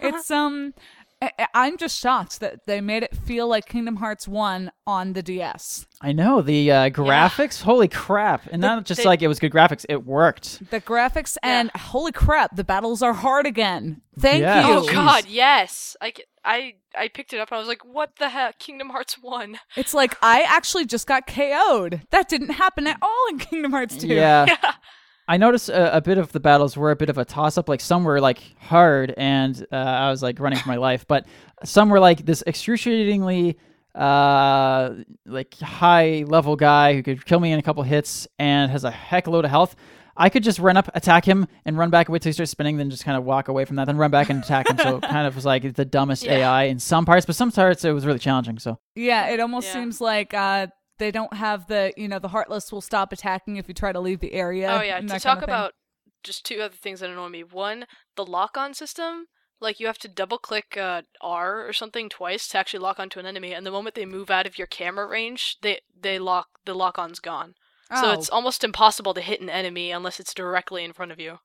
Speaker 1: it's um I- I- I'm just shocked that they made it feel like Kingdom Hearts 1 on the DS.
Speaker 3: I know the uh, graphics. Holy crap! And not just like it was good graphics; it worked.
Speaker 1: The graphics and holy crap, the battles are hard again. Thank
Speaker 3: Yeah.
Speaker 1: you.
Speaker 2: Oh
Speaker 3: Jeez.
Speaker 2: god, yes. I, c- I- I picked it up and I was like, what the heck? Kingdom Hearts 1.
Speaker 1: It's like I actually just got KO'd. That didn't happen at all in Kingdom Hearts 2.
Speaker 3: Yeah. I noticed a, a bit of the battles were a bit of a toss up. Like some were like hard, and uh, I was like running for my life. But some were like this excruciatingly uh like high level guy who could kill me in a couple hits and has a heck load of health. I could just run up, attack him, and run back, wait till he starts spinning, then just kind of walk away from that, then run back and attack him. So it kind of was like the dumbest
Speaker 2: Yeah.
Speaker 3: AI in some parts, but some parts it was really challenging. So
Speaker 1: Yeah, it almost
Speaker 2: Yeah.
Speaker 1: seems like uh, they don't have the, you know, the heartless will stop attacking if you try to leave the area.
Speaker 2: oh yeah,
Speaker 1: and
Speaker 2: to
Speaker 1: that
Speaker 2: talk
Speaker 1: kind of thing.
Speaker 2: about just two other things that annoy me. One, the lock on system. Like you have to double click uh, R or something twice to actually lock onto an enemy, and the moment they move out of your camera range, they they lock the lock on's gone. So
Speaker 1: Oh,
Speaker 2: it's almost impossible to hit an enemy unless it's directly in front of you.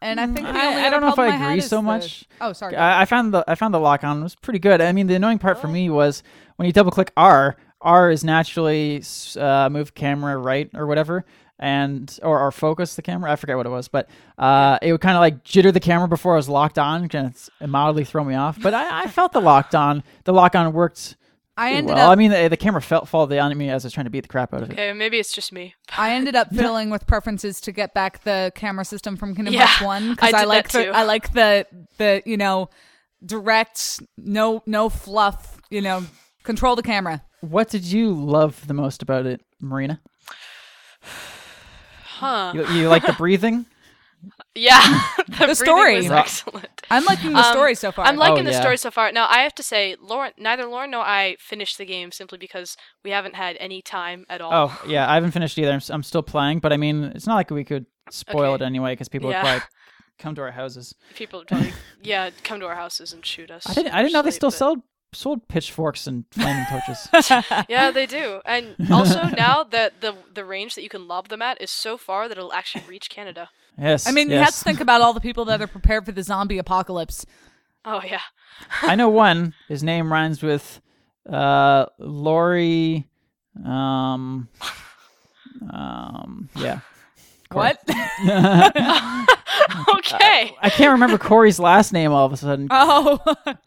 Speaker 1: and I think the
Speaker 3: Mm,
Speaker 1: only
Speaker 3: I- I
Speaker 1: other
Speaker 3: don't know if
Speaker 1: problem
Speaker 3: I
Speaker 1: had
Speaker 3: agree
Speaker 1: is
Speaker 3: so
Speaker 1: the-
Speaker 3: much.
Speaker 1: Oh, sorry.
Speaker 3: I, I found the I found the lock on was pretty good. I mean, the annoying part for
Speaker 1: Oh.
Speaker 3: me was when you double click R, R is naturally s- uh, move camera right or whatever, and or, or focus the camera. I forget what it was, but uh, it would kind of like jitter the camera before I was locked on, kind of mildly throw me off. But I, I felt the locked on. The lock on worked.
Speaker 1: I
Speaker 3: pretty
Speaker 1: ended
Speaker 3: well.
Speaker 1: up
Speaker 3: I mean, the, the camera felt followed on me as I was trying to beat the crap out of it.
Speaker 2: Okay, maybe it's just me.
Speaker 1: I ended up fiddling with preferences to get back the camera system from Kingdom
Speaker 2: Yeah,
Speaker 1: Hearts One
Speaker 2: I
Speaker 1: because
Speaker 2: did
Speaker 1: I,
Speaker 2: that
Speaker 1: like the
Speaker 2: too.
Speaker 1: I like the the you know direct no no fluff you know control the camera.
Speaker 3: What did you love the most about it, Marina?
Speaker 2: Huh.
Speaker 3: You, you like the breathing?
Speaker 2: Yeah. the breathing
Speaker 1: story.
Speaker 2: was
Speaker 3: Right.
Speaker 2: excellent.
Speaker 1: I'm liking the
Speaker 2: Um,
Speaker 1: story so far.
Speaker 2: I'm liking the
Speaker 3: Oh, yeah.
Speaker 2: story so far. Now I have to say, Lauren, neither Lauren nor I finished the game simply because we haven't had any time at all.
Speaker 3: Oh yeah, I haven't finished either. I'm, s- I'm still playing, but I mean, it's not like we could spoil
Speaker 2: Okay.
Speaker 3: it anyway because people
Speaker 2: Yeah.
Speaker 3: would probably come to our houses.
Speaker 2: People would probably, yeah, come to our houses and shoot us.
Speaker 3: I didn't. I didn't know they
Speaker 2: usually,
Speaker 3: still
Speaker 2: but-
Speaker 3: sold sold pitchforks and flaming torches.
Speaker 2: Yeah, they do. And also now that the the range that you can lob them at is so far that it'll actually reach Canada.
Speaker 3: Yes.
Speaker 1: I mean, you have to
Speaker 3: yes.
Speaker 1: think about all the people that are prepared for the zombie apocalypse.
Speaker 2: Oh yeah.
Speaker 3: I know one. His name rhymes with uh Lori um um yeah. Corey.
Speaker 1: What?
Speaker 3: Uh,
Speaker 2: okay.
Speaker 3: I can't remember Corey's last name all of a sudden.
Speaker 1: oh,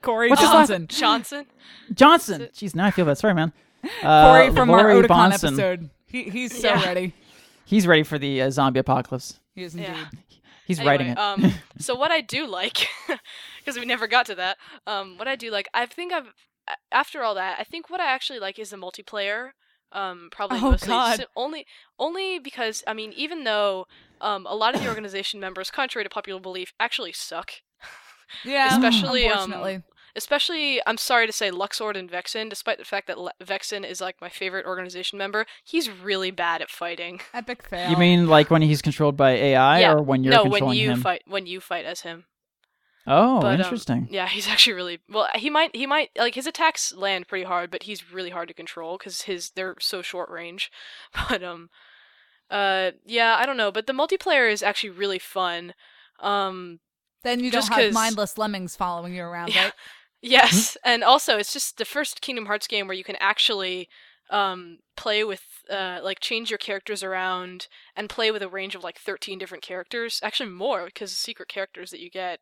Speaker 1: Corey
Speaker 3: What's his last-
Speaker 1: Johnson.
Speaker 2: Johnson.
Speaker 3: Johnson. Jeez, now I feel bad. Sorry, man. Uh,
Speaker 1: Corey from our
Speaker 3: Lori
Speaker 1: Otakon
Speaker 3: Bonson.
Speaker 1: episode. He, he's so
Speaker 2: Yeah.
Speaker 1: ready.
Speaker 3: He's ready for the uh, zombie apocalypse.
Speaker 1: He is indeed.
Speaker 2: Yeah.
Speaker 3: He's
Speaker 2: Anyway,
Speaker 3: writing it.
Speaker 2: um, so what I do like, because we never got to that, um, what I do like, I think I've, a- after all that, I think what I actually like is the multiplayer. Um, probably
Speaker 1: Oh,
Speaker 2: mostly
Speaker 1: God.
Speaker 2: si- only only because I mean, even though um, a lot of the organization members, contrary to popular belief, actually suck.
Speaker 1: Yeah,
Speaker 2: Especially, um,
Speaker 1: unfortunately.
Speaker 2: Especially, I'm sorry to say, Luxord and Vexen. Despite the fact that Le- Vexen is like my favorite organization member, he's really bad at fighting.
Speaker 1: epic fail.
Speaker 3: you mean like when he's controlled by AI
Speaker 2: Um, Yeah.
Speaker 3: or when you're
Speaker 2: no,
Speaker 3: controlling
Speaker 2: when you
Speaker 3: him?
Speaker 2: fight, when you fight as him.
Speaker 3: oh,
Speaker 2: But, um,
Speaker 3: interesting.
Speaker 2: yeah, he's actually really well. He might he might like his attacks land pretty hard, but he's really hard to control because his they're so short range. But um, uh, yeah, I don't know. But the multiplayer is actually really fun. Um,
Speaker 1: then you don't
Speaker 2: just
Speaker 1: have
Speaker 2: 'cause-
Speaker 1: mindless lemmings following you around,
Speaker 2: Yeah.
Speaker 1: right?
Speaker 2: yes, and also it's just the first Kingdom Hearts game where you can actually um play with uh like change your characters around and play with a range of like 13 different characters actually more because the secret characters that you get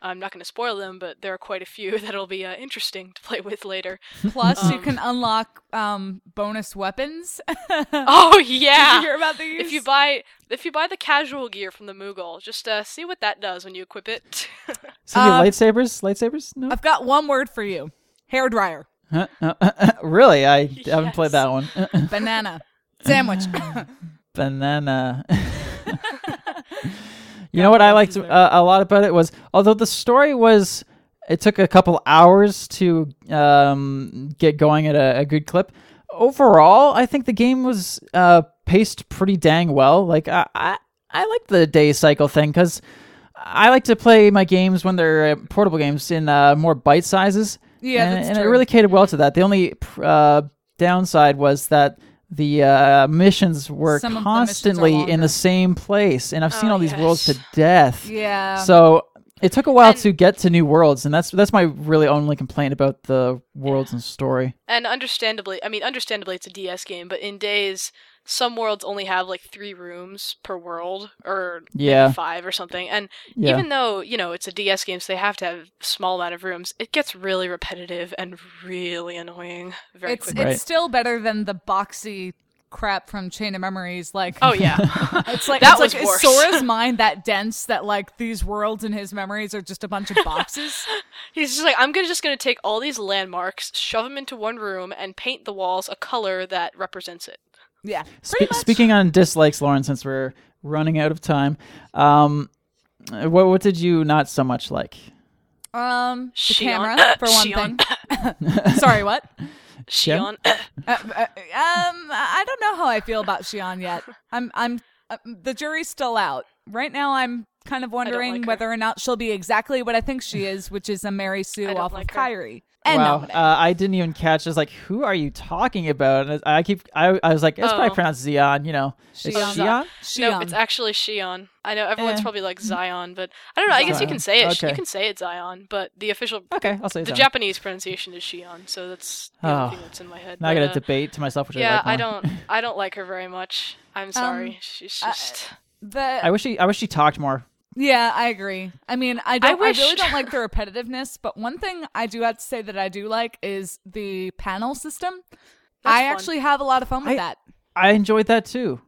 Speaker 2: i'm not going to spoil them but there are quite a few that'll be uh, interesting to play with later
Speaker 1: Plus, you
Speaker 2: Um,
Speaker 1: can unlock um, bonus weapons.
Speaker 2: Oh
Speaker 1: Did you
Speaker 2: yeah.
Speaker 1: hear about these?
Speaker 2: If you buy if you buy the casual gear from the Moogle, just uh, see what that does when you equip it.
Speaker 3: So you
Speaker 1: um,
Speaker 3: lightsabers? Lightsabers? No.
Speaker 1: I've got one word for you: hair dryer,
Speaker 3: Huh? Uh, uh, uh, really? I haven't played
Speaker 2: Yes.
Speaker 3: that one.
Speaker 1: banana, sandwich.
Speaker 3: Banana. you uh, know what I liked uh, a lot about it was, although the story was, it took a couple hours to um, get going at a, a good clip. Overall, I think the game was uh, paced pretty dang well. Like I, I, I like the day cycle thing because I like to play my games when they're uh, portable games in uh, more bite sizes.
Speaker 1: Yeah,
Speaker 3: and,
Speaker 1: that's
Speaker 3: and it
Speaker 1: true.
Speaker 3: really catered well to that. The only pr- uh, downside was that the uh, missions were
Speaker 1: Some of the missions are
Speaker 3: constantly in
Speaker 1: longer.
Speaker 3: the same place, and I've seen
Speaker 2: Oh,
Speaker 3: all these worlds
Speaker 2: yes.
Speaker 3: to death.
Speaker 1: yeah.
Speaker 3: So it took a while
Speaker 2: And-
Speaker 3: to get to new worlds, and that's that's my really only complaint about the worlds and story.
Speaker 2: and understandably, I mean understandably it's a DS game, but in days some worlds only have like 3 rooms per world or maybe
Speaker 3: Yeah.
Speaker 2: 5 or something. And
Speaker 3: Yeah,
Speaker 2: even though, you know, it's a DS game so they have to have a small amount of rooms, it gets really repetitive and really annoying very
Speaker 1: it's
Speaker 2: quickly.
Speaker 3: Right.
Speaker 1: it's still better than the boxy crap from Chain of Memories. Like,
Speaker 2: Oh yeah.
Speaker 1: it's like
Speaker 2: that
Speaker 1: it's
Speaker 2: was
Speaker 1: like,
Speaker 2: worse.
Speaker 1: Is Sora's mind that dense that like these worlds in his memories are just a bunch of boxes?
Speaker 2: He's just like, I'm gonna just gonna take all these landmarks, shove them into one room, and paint the walls a color that represents it.
Speaker 1: yeah.
Speaker 3: Spe- speaking on dislikes, Lauren, since we're running out of time, um, what what did you not so much like?
Speaker 1: Um, the
Speaker 2: Shion.
Speaker 1: camera for one
Speaker 2: Shion.
Speaker 1: thing. Sorry, what?
Speaker 2: Shion.
Speaker 1: Uh, uh, um, I don't know how I feel about Shion yet. I'm, I'm, uh, the jury's still out. Right now, I'm kind of wondering
Speaker 2: like her.
Speaker 1: whether or not she'll be exactly what I think she is, which is a Mary Sue
Speaker 2: I don't
Speaker 1: off of
Speaker 2: like her.
Speaker 1: Kyrie. And
Speaker 3: wow,
Speaker 1: Dominic.
Speaker 3: uh, I didn't even catch. I was like, "Who are you talking about?" And I I keep, I, I was like, "It's probably
Speaker 2: Oh.
Speaker 3: pronounced Zion," you know. It's
Speaker 1: Shion.
Speaker 3: Shion?
Speaker 1: Shion.
Speaker 2: No, it's actually Shion. I know everyone's
Speaker 3: Eh.
Speaker 2: probably like Zion, but I don't know. I guess you
Speaker 3: Zion.
Speaker 2: can say it.
Speaker 3: Okay.
Speaker 2: You can say it Zion, but the official,
Speaker 3: Okay, I'll say
Speaker 2: the
Speaker 3: Zion.
Speaker 2: Japanese pronunciation is Shion. So that's the
Speaker 3: Oh.
Speaker 2: only thing that's in my head.
Speaker 3: now I
Speaker 2: but,
Speaker 3: got
Speaker 2: uh,
Speaker 3: to debate to myself, which I
Speaker 2: yeah,
Speaker 3: like
Speaker 2: I
Speaker 3: more.
Speaker 2: don't, I don't like her very much. I'm sorry. She's
Speaker 1: Um, I-
Speaker 2: just.
Speaker 1: the
Speaker 3: I wish she, I wish she talked more.
Speaker 1: Yeah, I agree. I mean, I don't. I, really
Speaker 2: wished-
Speaker 1: don't like the repetitiveness. But one thing I do have to say that I do like is the panel system.
Speaker 2: That's
Speaker 1: I
Speaker 2: fun.
Speaker 1: actually have a lot of fun with
Speaker 3: I-
Speaker 1: that.
Speaker 3: I enjoyed that too.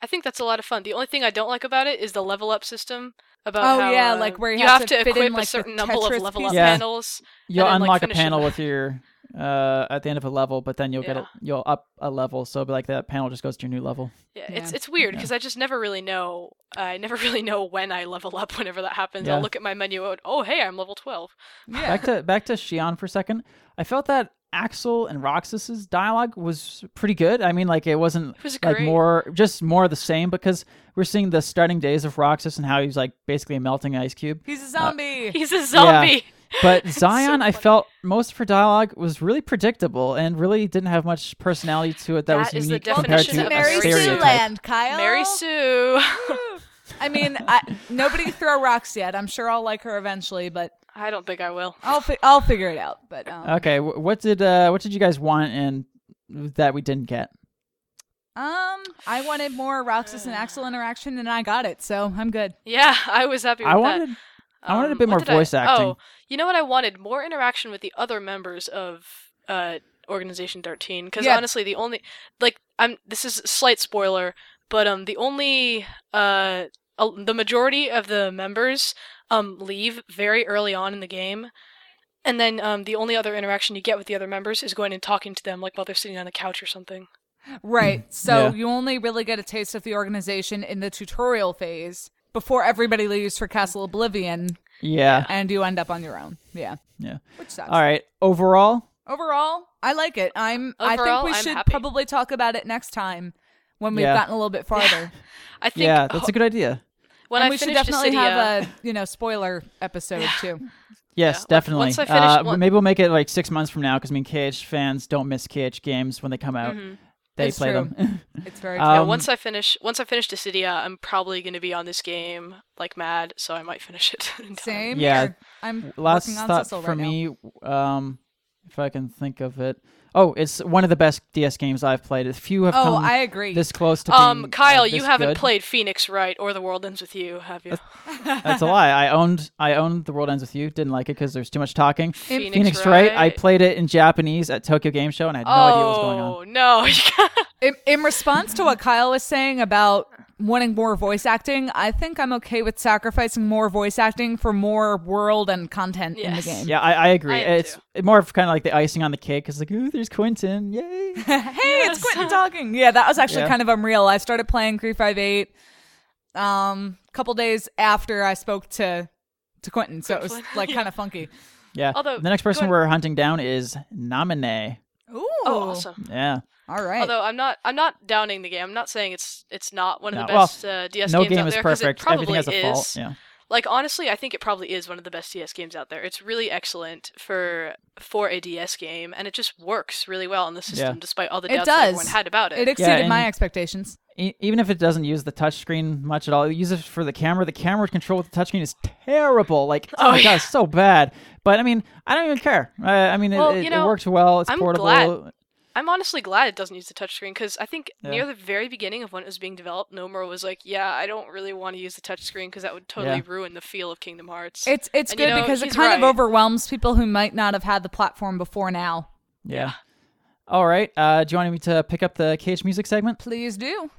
Speaker 2: I think that's a lot of fun. The only thing I don't like about it is the level up system. About
Speaker 1: Oh,
Speaker 2: how,
Speaker 1: yeah,
Speaker 2: uh,
Speaker 1: like where you
Speaker 2: you,
Speaker 1: have
Speaker 2: have,
Speaker 1: to fit in,
Speaker 2: equip
Speaker 1: like, the
Speaker 2: a certain number
Speaker 1: Tetris
Speaker 2: of level up
Speaker 1: pieces.
Speaker 3: Yeah.
Speaker 2: panels.
Speaker 3: You'll
Speaker 2: then, like,
Speaker 3: unlock a
Speaker 2: finish it
Speaker 3: panel
Speaker 2: with-
Speaker 3: with your uh at the end of a level, but then you'll get a,
Speaker 2: Yeah.
Speaker 3: you'll up a level, so it'll be like that panel just goes to your new level.
Speaker 2: Yeah,
Speaker 1: Yeah.
Speaker 2: it's it's weird because I just never really know. I never really know when I level up. Whenever that happens,
Speaker 3: Yeah.
Speaker 2: I'll look at my menu and oh hey, I'm level twelve.
Speaker 1: Yeah,
Speaker 3: Back to back to Shion for a second. I felt that Axel and Roxas's dialogue was pretty good. I mean, like it wasn't
Speaker 2: It was
Speaker 3: like
Speaker 2: great.
Speaker 3: more just more of the same because we're seeing the starting days of Roxas and how he's like basically a melting ice cube.
Speaker 1: he's a zombie.
Speaker 2: He's a zombie.
Speaker 3: But Zion, I
Speaker 2: funny.
Speaker 3: felt most of her dialogue was really predictable and really didn't have much personality to it that,
Speaker 2: That
Speaker 3: was
Speaker 2: is the
Speaker 3: unique compared
Speaker 2: definition
Speaker 3: to
Speaker 2: of
Speaker 3: a
Speaker 1: Mary Sue
Speaker 3: stereotype.
Speaker 1: Land, Kyle.
Speaker 2: Mary Sue.
Speaker 1: I mean, I, nobody throw rocks yet. I'm sure I'll like her eventually, but
Speaker 2: I don't think I will.
Speaker 1: I'll fi- I'll figure it out. But um,
Speaker 3: Okay, wh- what did uh, what did you guys want and that we didn't get?
Speaker 1: um, I wanted more Roxas and Axel interaction, and I got it, so I'm good.
Speaker 2: Yeah, I was happy with
Speaker 3: I
Speaker 2: that.
Speaker 3: wanted I wanted a
Speaker 2: Um,
Speaker 3: bit
Speaker 2: what
Speaker 3: more
Speaker 2: did I-
Speaker 3: voice acting.
Speaker 2: Oh, you know what I wanted? More interaction with the other members of uh, Organization 13. Because
Speaker 1: Yeah.
Speaker 2: honestly, the only like I'm this is a slight spoiler, but um, the only uh, a, the majority of the members um leave very early on in the game. And then um, the only other interaction you get with the other members is going and talking to them, like while they're sitting on the couch or something.
Speaker 1: Right. So
Speaker 3: Mm. Yeah.
Speaker 1: you only really get a taste of the organization in the tutorial phase before everybody leaves for Castle Oblivion
Speaker 3: yeah,
Speaker 1: and you end up on your own. Yeah.
Speaker 3: yeah.
Speaker 1: Which sucks.
Speaker 3: All right. Overall,
Speaker 1: Overall, I like it. I'm I
Speaker 2: Overall,
Speaker 1: think we
Speaker 2: I'm
Speaker 1: should
Speaker 2: happy.
Speaker 1: probably talk about it next time when we've
Speaker 3: Yeah.
Speaker 1: gotten a little bit farther.
Speaker 2: I think
Speaker 3: yeah, that's a good idea.
Speaker 2: when
Speaker 1: and
Speaker 2: I
Speaker 1: we should
Speaker 2: finish
Speaker 1: definitely
Speaker 2: Dissidia,
Speaker 1: have a, you know, spoiler episode too.
Speaker 3: Yes,
Speaker 2: once-
Speaker 3: definitely.
Speaker 2: once I finish
Speaker 3: uh,
Speaker 2: one-
Speaker 3: Maybe we'll make it like six months from now because I mean, KH fans don't miss KH games when they come out.
Speaker 2: Mm-hmm.
Speaker 3: They
Speaker 1: It's
Speaker 3: play
Speaker 1: true.
Speaker 3: them.
Speaker 1: It's very
Speaker 3: Uh,
Speaker 2: Yeah,
Speaker 3: Um,
Speaker 2: once I finish, once I finish Dissidia, I'm probably going to be on this game like mad, so I might finish it. in time.
Speaker 1: same
Speaker 3: yeah.
Speaker 1: here. I'm
Speaker 3: Last
Speaker 1: working on
Speaker 3: thought
Speaker 1: Cecil
Speaker 3: for
Speaker 1: right now.
Speaker 3: me, um, if I can think of it. Oh, it's one of the best DS games I've played. Few have
Speaker 1: Oh,
Speaker 3: come
Speaker 1: I agree.
Speaker 3: this close to being.
Speaker 2: Um,
Speaker 3: uh,
Speaker 2: Kyle, you
Speaker 3: this
Speaker 2: haven't
Speaker 3: good.
Speaker 2: played Phoenix Wright or The World Ends with You, have you?
Speaker 3: That's a lie. I owned I owned The World Ends with You. Didn't like it because there's too much talking.
Speaker 2: Phoenix,
Speaker 3: Phoenix Wright. I played it in Japanese at Tokyo Game Show, and I had no idea what was going on.
Speaker 2: Oh no!
Speaker 1: In, in response to what Kyle was saying about wanting more voice acting, I think I'm okay with sacrificing more voice acting for more world and content in the
Speaker 2: Yes.
Speaker 1: game.
Speaker 3: Yeah, I, I agree.
Speaker 2: I am
Speaker 3: it's more of kind of like the icing on the cake. It's like, ooh, there's Quentin. Yay!
Speaker 1: Hey, it's Quentin talking. Yeah, that was actually
Speaker 3: Yeah.
Speaker 1: kind of unreal. I started playing 358 um a couple days after I spoke to to Quentin, so it was
Speaker 2: Quentin.
Speaker 1: like kind of funky.
Speaker 3: yeah.
Speaker 2: Although,
Speaker 3: the next person
Speaker 2: Gwen-
Speaker 3: we're hunting down is Nominee.
Speaker 1: Ooh.
Speaker 2: oh, awesome.
Speaker 3: Yeah.
Speaker 1: All right.
Speaker 2: Although I'm not, I'm not downing the game. I'm not saying it's it's not one of
Speaker 3: No,
Speaker 2: the
Speaker 3: well,
Speaker 2: best uh, DS
Speaker 3: no
Speaker 2: games
Speaker 3: game
Speaker 2: out
Speaker 3: is
Speaker 2: there 'cause
Speaker 3: perfect.
Speaker 2: It probably
Speaker 3: Everything has a
Speaker 2: is.
Speaker 3: fault. Yeah.
Speaker 2: Like honestly, I think it probably is one of the best DS games out there. It's really excellent for for a DS game, and it just works really well in the system,
Speaker 3: Yeah.
Speaker 2: despite all the
Speaker 1: it
Speaker 2: doubts that everyone
Speaker 1: does.
Speaker 2: had about it.
Speaker 1: It exceeded
Speaker 3: and-
Speaker 1: my expectations.
Speaker 3: E- even if it doesn't use the touchscreen much at all, it uses it for the camera. The camera control with the touchscreen is terrible. Like, oh, my god, it's so bad. But I mean, I don't even care. Uh, I mean,
Speaker 2: Well,
Speaker 3: it, it,
Speaker 2: you
Speaker 3: it
Speaker 2: know,
Speaker 3: works well. It's
Speaker 2: I'm
Speaker 3: portable.
Speaker 2: glad. I'm honestly glad it doesn't use the touchscreen because I think
Speaker 3: Yeah.
Speaker 2: near the very beginning of when it was being developed, Nomura was like, "Yeah, I don't really want to use the touchscreen because that would totally
Speaker 3: Yeah.
Speaker 2: ruin the feel of Kingdom Hearts."
Speaker 1: It's it's
Speaker 2: And
Speaker 1: good
Speaker 2: you know,
Speaker 1: because it
Speaker 2: he's
Speaker 1: kind of
Speaker 2: right.
Speaker 1: overwhelms people who might not have had the platform before now.
Speaker 3: Yeah. All right. Uh, do you want me to pick up the KH music segment?
Speaker 1: Please do.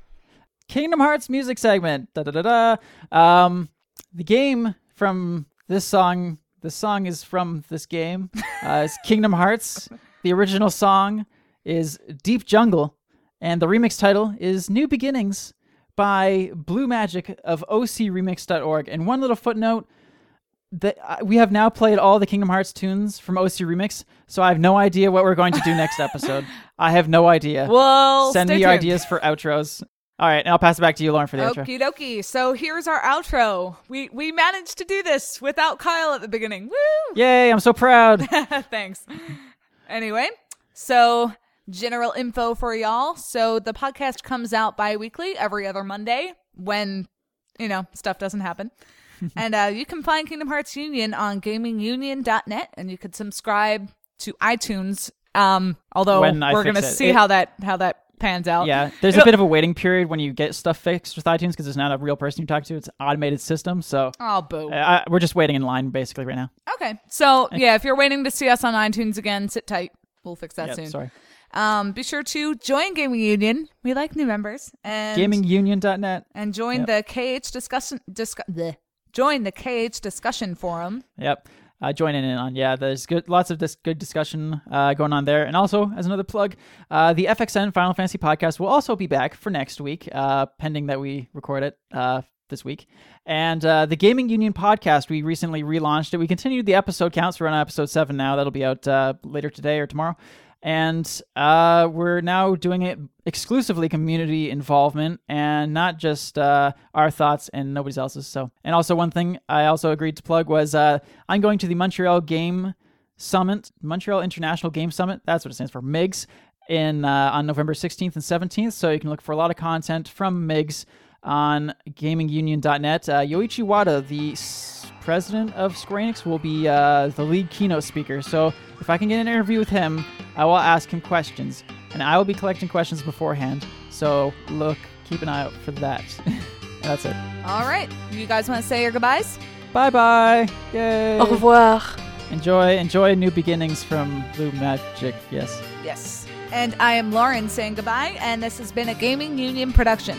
Speaker 3: Kingdom Hearts music segment. Da da da da. Um, the game from this song. This song is from this game. Uh, it's Kingdom Hearts. The original song is Deep Jungle, and the remix title is New Beginnings by Blue Magic of OCRemix.org. And one little footnote that uh, we have now played all the Kingdom Hearts tunes from OC Remix, so I have no idea what we're going to do next episode. I have no idea.
Speaker 1: Well,
Speaker 3: Send
Speaker 1: stay
Speaker 3: me
Speaker 1: tuned.
Speaker 3: ideas for outros. All right, and I'll pass it back to you, Lauren, for the outro.
Speaker 1: Okie dokie. So here's our outro. We we managed to do this without Kyle at the beginning. Woo!
Speaker 3: Yay! I'm so proud.
Speaker 1: Thanks. Anyway, so general info for y'all. So the podcast comes out bi-weekly every other Monday when you know stuff doesn't happen. and uh, you can find Kingdom Hearts Union on gamingunion.net and you could subscribe to iTunes. Um, although
Speaker 3: When I
Speaker 1: we're
Speaker 3: fix
Speaker 1: gonna
Speaker 3: it.
Speaker 1: see
Speaker 3: It-
Speaker 1: how that how that pans out.
Speaker 3: yeah, there's a bit of a waiting period when you get stuff fixed with iTunes because it's not a real person you talk to; it's an automated system. So
Speaker 1: Oh boo.
Speaker 3: uh, I, we're just waiting in line basically right now.
Speaker 1: Okay. So, yeah, if you're waiting to see us on iTunes again, sit tight. We'll fix that
Speaker 3: Yeah,
Speaker 1: soon.
Speaker 3: sorry.
Speaker 1: Um, be sure to join Gaming Union. We like new members. And
Speaker 3: GamingUnion.net.
Speaker 1: and join the KH discussion discuss bleh. join the KH discussion forum.
Speaker 3: Yep. Uh, joining in on yeah, there's good lots of this good discussion uh, going on there, and also as another plug, uh, the FXN Final Fantasy podcast will also be back for next week, uh, pending that we record it uh, this week. And uh, the Gaming Union podcast we recently relaunched it. We continued the episode counts. We're on episode seven now. That'll be out uh, later today or tomorrow. And uh, we're now doing it exclusively community involvement and not just uh, our thoughts and nobody's else's. So, and also one thing I also agreed to plug was uh, I'm going to the Montreal Game Summit, Montreal International Game Summit. That's what it stands for, MIGS, in uh, on November 16th and 17th. So you can look for a lot of content from MIGS on GamingUnion.net. Uh, Yoichi Wada, the s- president of Square Enix, will be uh, the lead keynote speaker. So if I can get an interview with him, I will ask him questions, and I will be collecting questions beforehand. So look, keep an eye out for that. And That's it.
Speaker 1: All right. You guys want to say your goodbyes?
Speaker 3: Bye bye. Yay.
Speaker 2: Au revoir.
Speaker 3: Enjoy, enjoy new beginnings from Blue Magic. Yes.
Speaker 1: Yes. And I am Lauren saying goodbye and this has been a Gaming Union production.